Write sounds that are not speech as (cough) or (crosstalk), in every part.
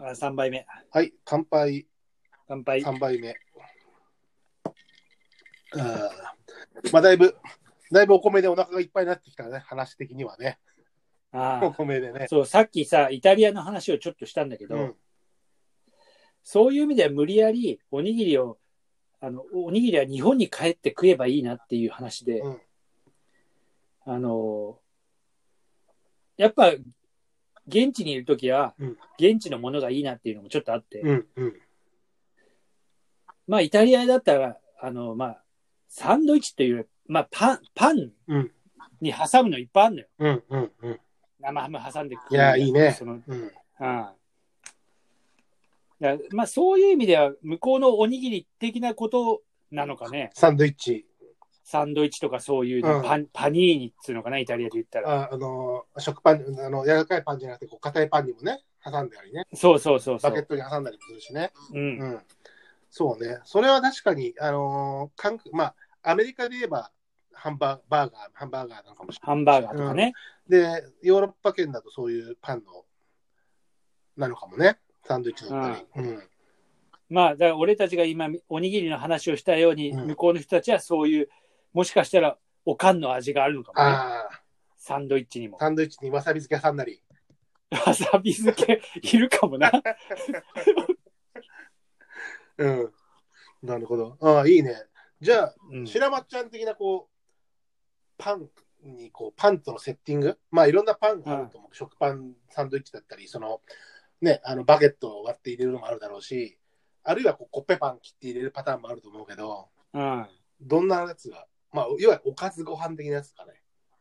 3杯目。はい、乾杯乾杯。 3杯目。あーまあ、だいぶ、だいぶお米でお腹がいっぱいになってきたね、話的にはね。あおあ米でね。そう、さっきさ、イタリアの話をちょっとしたんだけど、うん、そういう意味では無理やりおにぎりを、あの、おにぎりは日本に帰って食えばいいなっていう話で、うんあの、やっぱ、現地にいるときはうん、現地のものがいいなっていうのもちょっとあって、うん、うん。まあ、イタリアだったら、あの、まあ、サンドイッチというより、まあ、パン、パンうんに挟むのいっぱいあるのよ。うん、うん、うん。生ハム挟んで食ういやいいねその、うん。うん、だからまあ、そういう意味では、向こうのおにぎり的なことなのかね。サンドイッチ、サンドイッチとかそういうの、うんパンパニーニっつうのかな、イタリアで言ったら。ああのー食パン、あの柔らかいパンじゃなくて、こう硬いパンにもね、挟んだりね、そうそうそうそバケッう。トに挟んだりもするしね。うん。うん、そうね、それは確かに、あのー韓国まあ、アメリカで言えばハンバーバーガー、ハンバーガーなのかもしハンバーガーとかね。れない。で、ヨーロッパ圏だとそういうパンの、なのかもね、サンドイッチだったり。うんまあ、だから俺たちが今、おにぎりの話をしたように、うん向こうの人たちはそういう、もしかしたら、おかんの味があるのかもね。ああ、サンドイッチにも。 (laughs) サンドイッチにわさび漬け挟んだり。わさび漬けいるかも (laughs) な。うん、なるほど。ああ、いいね。じゃあ、うん、白松ちゃん的なこうパンにこうパンとのセッティングまあいろんなパンがあると思う、食パンサンドイッチだったりそのねあのバゲットを割って入れるのもあるだろうしあるいはこうコッペパン切って入れるパターンもあると思うけどうん、あどんなやつがまあいわゆるおかずご飯的なやつかね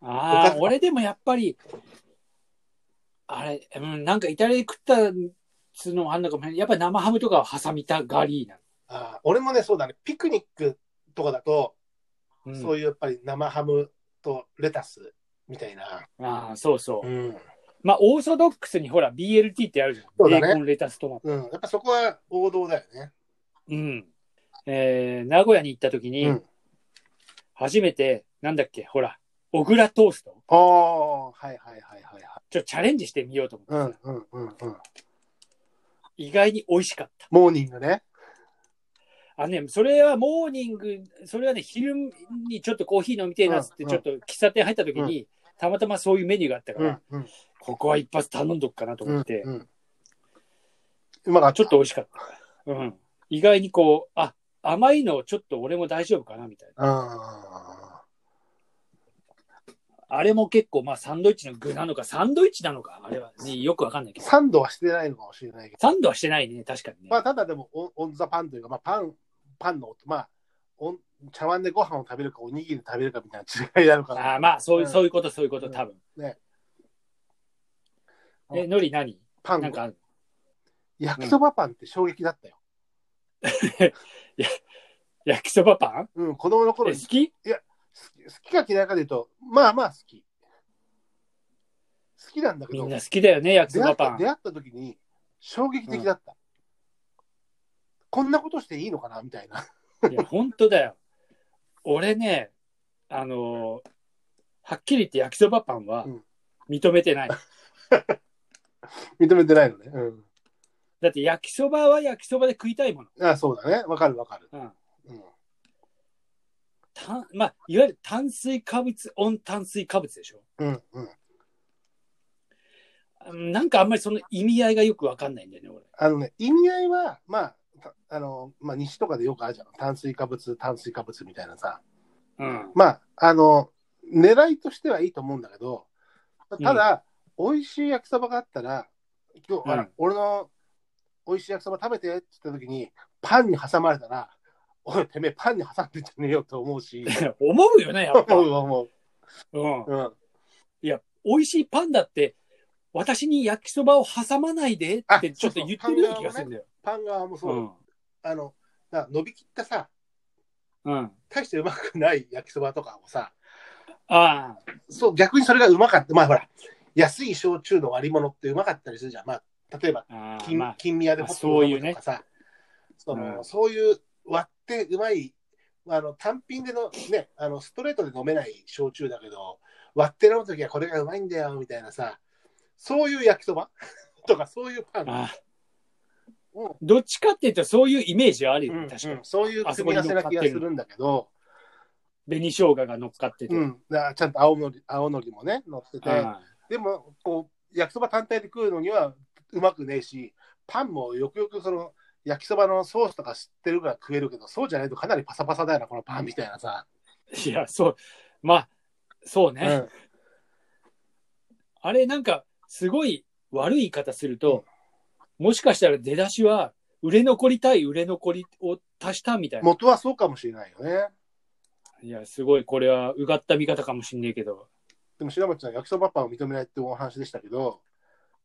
あおか、ず俺でもやっぱり、あれ、うん、なんかイタリアで食ったつうのもあんのかもしれない。やっぱり生ハムとかを挟みたがりなあー俺もねそうだねピクニックとかだと、の。そういいうやっぱり生ハムとレタスみたいな、うん、ああ、そうそうう。んまあ、オーソドックスにほら、BLT ってあるじゃん。そうだねベーコン、レタス、トマト。うん、やっぱそこは王道だよね、うん。えー、名古屋に行った時に、うん初めて、なんだっけ、ほら、小倉トースト。ああはいはいはいはいはいちょっとチャレンジしてみようと思ってうさ、んうんうんうん意外に美味しかった。モーニングね。あのね、それはモーニング、それはね、昼にちょっとコーヒー飲みてえなっつって、うんちょっと喫茶店入った時に、たまたまそういうメニューがあったから、うん。ここは一発頼んどくかなと思って、うん。うまかった。ちょっと美味しかった。うん。意外にこう、あ、甘いのちょっと俺も大丈夫かなみたいな。ああれも結構、まあサンドイッチの具なのか、サンドイッチなのか、あれは、ね、よくわかんないけーど。サンドはしてないのかもしれないけど。サンドはしてないね、確かにね。まあ、ただでもオン、オンザパンというか、まあ、パン、パンの、まあ、おん茶碗でご飯を食べるか、おにぎりで食べるかみたいな違いなのかあな。ーまあ、そういう、うんそういうこと、そういうこと、うん多分。ねえ、のり何パなんン、かある焼きそばパンって衝撃だったよ。焼きそばパンうん、子供の頃えに好好き、き好きか嫌いかで言うと、まあまあ好き。好きなんだけみど、んな出好きだよね、焼きそ会ばっパたン出。会った時に衝撃的だった。こんなことしていいのかなみたいな。 (laughs) いや、本当だよ。俺ね、あのーはっきり言って焼きそばパンはうん認めてない。認めてないのね。うん。だって焼きそばは焼きそばで食いたいもの。あそうだね。わかるわかる。うんうん。たんまあ、いわゆる炭水化物、温炭水化物でしょ。うん。うん。うんなんかあんまりその意味合いがよくわかんないんだよね、俺。あのね、意味合いは、まあ、たあの、まあ、西とかでよくあるじゃん。炭水化物、炭水化物みたいなさ。うん。 (laughs) まあ、あの、狙いとしてはいいと思うんだけど、ただ、美味しい焼きそばがあったら、今日、あらうん俺の美味しい焼きそば食べてって言った時に、パンに挟まれたら、おい、てめえ、パンに挟んでんじゃねえよと思うし、思うよね、やっぱ。思う思うん (laughs) う。うん。美味しいパンだって、私に焼きそばを挟まないでってちょっと言ってるような気がするんだよ。パン側もそうう、ん。あの、な伸びきったさ、うん。大してうまくない焼きそばとかをさ、ああ、そう、逆にそれがうまかった。まあほら、安い焼酎の割り物ってうまかったりするじゃん。まあ、例えば、ああ金、ま金宮でホットドッグとかさ、そのうんそういう割ってうまい、あの、単品でのね、あの、ストレートで飲めない焼酎だけど、割って飲むときはこれがうまいんだよ、みたいなさ、そういう焼きそば (laughs) とか、そういうパあ、あン。あうんどっちかって言ったらそういうイメージはあるよ、うん確かに。うんそういう組み合わせな気がするんだけど、紅生姜が乗っかってて。うん、だからちゃんと青のり青のりもね、乗ってて、あでもこう、焼きそば単体で食うのにはうまくねえし、パンもよくよくその焼きそばのソースとか知ってるから食えるけど、そうじゃないとかなりパサパサだよな、このパンみたいなあさ。いや、そう。まあ、そうね。うんあれ、なんか、すごい悪い言い方すると、もしかしたら出だしは、売れ残りたい売れ残りを足したみたいな。元はそうかもしれないよね。いや、すごい、これは、うがった見方かもしんねえけど。でも白松ちゃん、焼きそばパンを認めないってお話でしたけど、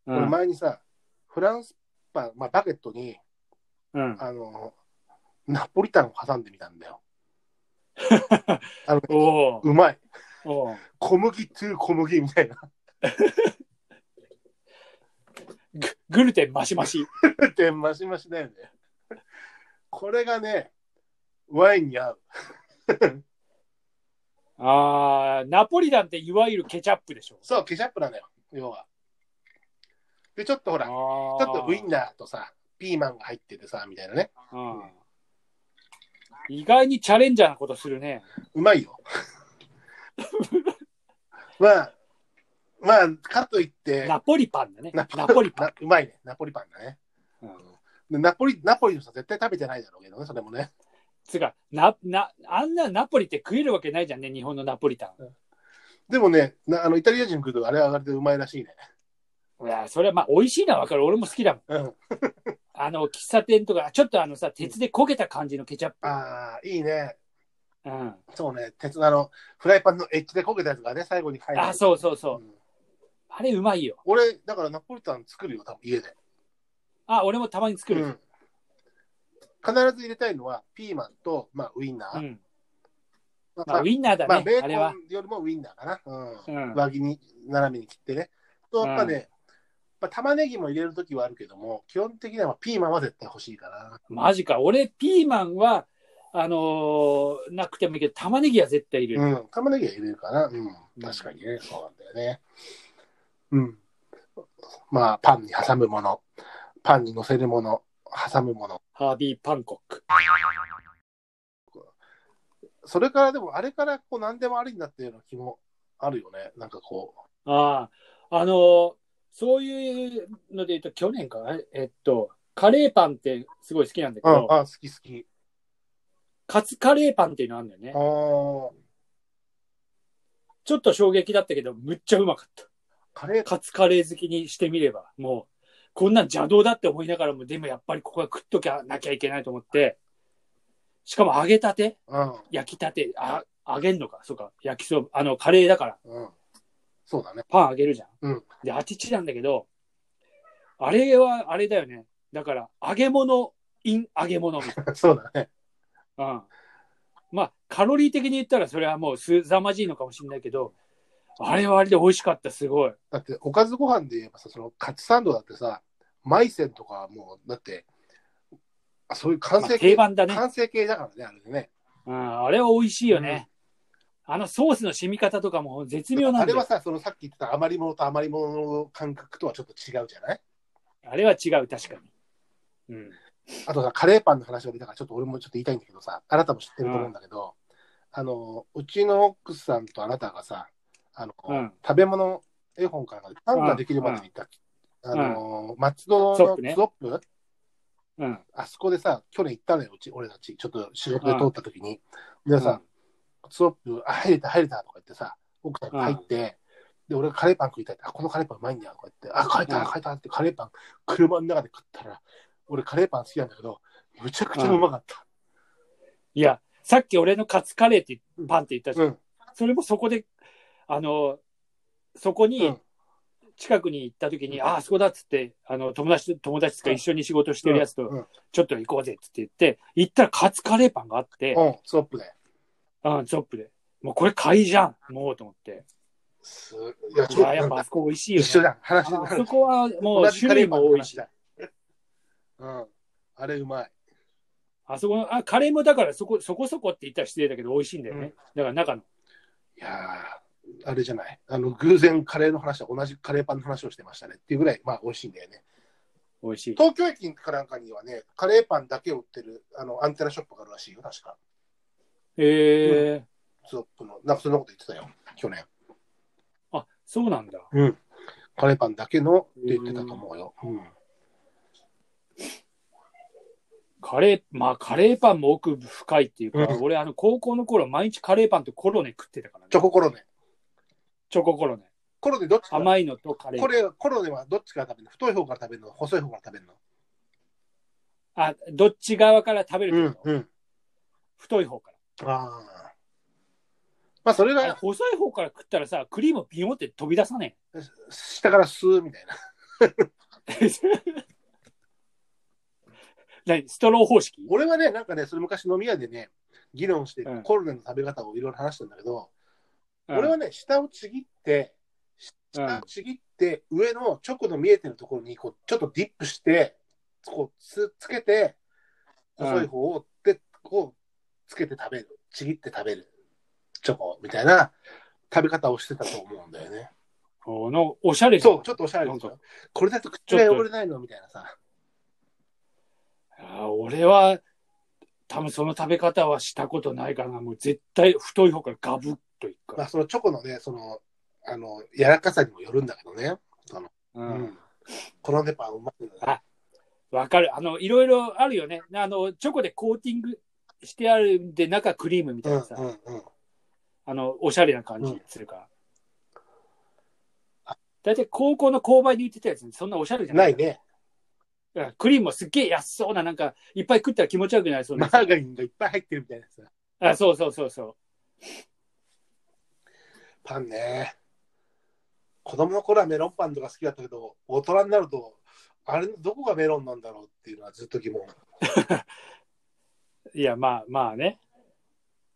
うこれん。前にさ、フランスパン、まあ、バゲットにうん、あのナポリタンを挟んでみたんだ (laughs) よ。あのおーうまい。おー小麦トゥ小麦みたいな。ググルテンマシマシ。ってマシマシだよね。これがね、ワインに合う。あーナポリタンっていわゆるケチャップでしょ。そう、ケチャップなのよ、要は。で、ちょっとほら、あちょょっとウインナーとさ、ピーマンが入っててさ、みたいなね。うん意外にチャレンジャーなことするね。うまいよ。 (laughs) まあ、まあ、かといって、ナポリパンだね。ナポリパン。ン。うまいね、ナポリパンだね。でナポリ、ナポリの人は絶対食べてないだろうけどね、それもね。つうか、な、な、あんなナポリって食えるわけないじゃんね、日本のナポリタでもね、なあのイタリア人来るとあれはあれでうまいらしいね。ン。いや、それはまあ、美味しいのはわかる。俺も好きだもん。うん。あの、喫茶店とか、ちょっとあのさ、鉄で焦げた感じのケチャップ。ああ、いいね。うん。そうね、鉄のあの、フライパンのエッジで焦げたやつがね、最後に入る。あ、そうそうそう。んあれ、うまいよ。俺、だからナポリタン作るよ、多分家で。あ、俺もたまに作うる。ん必ず入れたいのは、ピーマンと、まあ、ウインナうー。ん。ままあ、ウインナーだまあ、ベねー、あコンれは。よりもウインナーかな。うんうん。輪切りに斜めに切ってね。とやっぱね、まあ、玉ねぎも入れるときはあるけども、基本的にはピーマンは絶対欲しいかな。マジか。俺、ピーマンは、あのーなくてもいいけど、玉ねぎは絶対いる。うん、玉ねぎは入れるかな。うん、確かにね、そうなんだよね。うん。まあ、パンに挟むもの、パンに乗せるもの、挟むもの。ハービー・パンコック。それからでも、あれからこう何でもありになってるような気もあるよね。なんかこああ、あのーそういうので言うと、去年か、あれえっと、カレーパンってすごい好きなんだけう。うん、ど、あ、好き好き。カツカレーパンっていうのあるんだよねあ。ーちょっと衝撃だったけど、むっちゃうまかった。カレーカツカレー好きにしてみれば、もう、こんなん邪道だって思いながらも、でもやっぱりここは食っときゃなきゃいけないと思って、しかも揚げたてうん、焼きたて、あ、揚げんのかそうか。焼きそば、あの、カレーだから、うん。そうだね。 (laughs) パン揚げるじゃん。うんで、あちちなんだけど、あれは、あれだよね。だから、揚げ物、イン揚げ物みたいそうだね。 (laughs) な。うん。まあ、カロリー的に言ったら、それはもうすざまじいのかもしれないけど、あれはあれで美味しかった、すごい。だって、おかずご飯で言えばさ、そのカツサンドだってさ、マイセンとかはもう、だって、あそういう完まあ成定形、番だね。完成形だからね、あれでね。うん、あれは美味しいよね。あのソースの染み方とかも絶妙なあんでれはさ、そのさっき言ってた余り物と余り物の感覚とはちょっと違うじゃないあれは違う、確かに。うん。あとさ、カレーパンの話が出たから、ちょっと俺もちょっと言いたいんだけどさ、あなたも知ってると思うんだけど、あの、うちの奥さんとあなたがさ、あの、うん食べ物絵本からパンができるまでに行った、んあの、松戸ゾッのプねストップ、うん。あそこでさ、去年行ったのよ、うち、俺たち。ちょっと仕事で通った時に。でさ、ストップ、あ、入れた、入れたとか言ってさ、奥さんが入って、で、俺がカレーパン食いたいって、あ、このカレーパンうまいんだよとか言って、あ、買うえんた、買えたって、カレーパン、車の中で食ったら、俺カレーパン好きなんだけど、むちゃくちゃうまかった。いや、さっき俺のカツカレーってパンって言ったじゃ。うんん。それもそこで、あの、そこうにん、近くに行った時に、ああ、そこだっつって、あの、友達と、友達とかうん一緒に仕事してるやつと、うんちょっと行こうぜっつって言って、行ったらカツカレーパンがあって、うん、ストップで。うん、ゾップで。もうこれ買いじゃん、もうと思 (laughs) って。すいや、いちょや、っやっとぱあそこ美味しいよ一ね。緒じゃん。話あのそこはも (laughs) う種類も多いし。だ。うん。あれうまい。あそこの、あ、カレーもだからそこ、そこそこって言ったら失礼だけど美味しいんだよね。うんだから中の。いやーあれじゃない。あの、偶然カレーの話は同じカレーパンの話をしてましたねっていうぐらい、まあ、美味しいんだよね。美味しい。東京駅かなんかにはね、カレーパンだけを売ってる、あの、アンテナショップがあるらしいよ、確か。へえ、ストップの。なんかそんなこと言ってたよ、去年。あ、そうなんだ。うん。カレーパンだけのって言ってたと思うよ。うん。カレー、まあカレーパンも奥深いっていうか、うん俺あの高校の頃毎日カレーパンとコロネ食ってたからね。チョココロネ。チョココロネ。コロネどっちが甘いのとカレー。これ、コロネはどっちから食べるの太い方から食べるの細い方から食べるのあ、どっち側から食べるってことうん。太い方かああ。まあ、それら。あれが細い方から食ったらさ、クリームビヨンって飛び出さね下から吸うみたいな。え。 (laughs) 何ストロー方式俺はね、なんかね、それ昔飲み屋でね、議論してうんコロネの食べ方をいろいろ話したんだけど、俺はね、下をちぎって、うん、下をちぎって、上のチョコの見えてるところに、こう、ちょっとディップして、こう、つつけて、うん細い方を、で、こう、つけて食べる。ちぎって食べる。チョコ、みたいな食べ方をしてたと思うんだよね。このおしゃれじゃんそう、ちょっとおしゃれでしなょ。これだと口が汚れないのみたいなさ。あー俺は多分その食べ方はしたことないからなもう絶対太い方からガブッといくまかあ、そのチョコのね、その、あの、柔らかさにもよるんだけどね。ら、ううんん。コロネパンうまいよね。わかるあのいろいろあるよねあのチョコでコーティングしてあるんで中クリームみたういんうなさ、んうん。あのおしゃれな感じするから、大体高校の購買で言ってたやつ、そんなおしゃれじゃなないいね。うんクリームもすっげえ安そうななんかいっぱい食ったら気持ち悪くなりそうマなーガリンがいっぱい入ってるみたいなさ。あそうそうそうそうパンね。子供の頃はメロンパンとか好きだったけど、大人になると、あれ、どこがメロンなんだろうっていうのはずっと疑問。いやまあまあね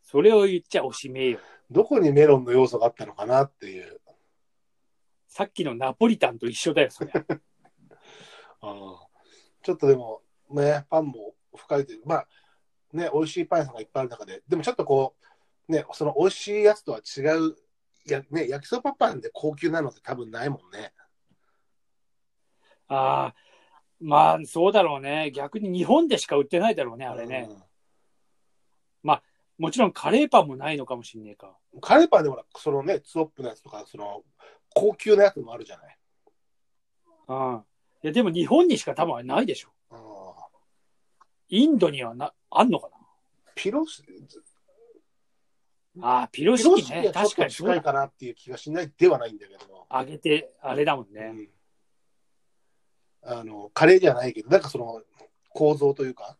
それを言っちゃおしめえよどこにメロンの要素があったのかなっていう。さっきのナポリタンと一緒だよそ (laughs) れちょっとでも、ね、パンも深いという、まあ、ね、美味しいパン屋さんがいっぱいある中で、でもちょっとこう、ね、その美味しいやつとは違う、やね、焼きそばパンで高級なのって多分ないもんね。ああ、まあそうだろうね。逆に日本でしか売ってないだろうね、あれね。もちろんカレーパンもないのかもしんねえか。うん。カレーパンでもほら、そのね、ツオップのやつとか、その、高級なやつもあるじゃない。うん。いや、でも日本にしか多分ないでしょ。うん、インドにはな、あんのかピロシ、なああ、ピロピシロシキね。はちょっ確かとにそう近いだ。かなっていう気がしないではないんだけども。揚げて、あれだもんね。うんあの、カレーじゃないけど、なんかその、構造というか、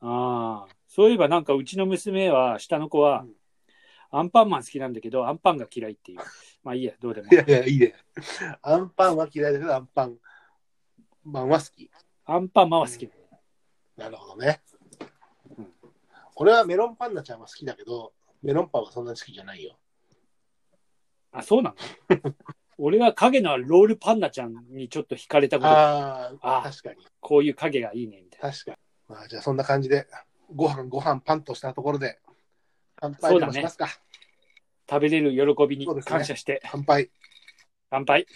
ああ。そういえばなんかうちの娘は、下の子はうん、アンパンマン好きなんだけど、アンパンが嫌いっていう。まあいいや、どうでもい。やいや、いいね。アンパンは嫌いだけど、アンパンマンは好き。アンパンマンは好き。なるほどね。うん俺はメロンパンナちゃんは好きだけど、メロンパンはそんなに好きじゃないよ。あ、そうなの俺は影のあるロールパンナちゃんにちょっと惹かれたことがあああ、ー確かに。こういう影がいいね、みたいな。確かに。まあ、じゃあそんな感じで、ご飯ご飯パンとしたところで、乾杯そうでだもねしますか。食べれる喜びそうにですね感謝して、乾杯。乾杯。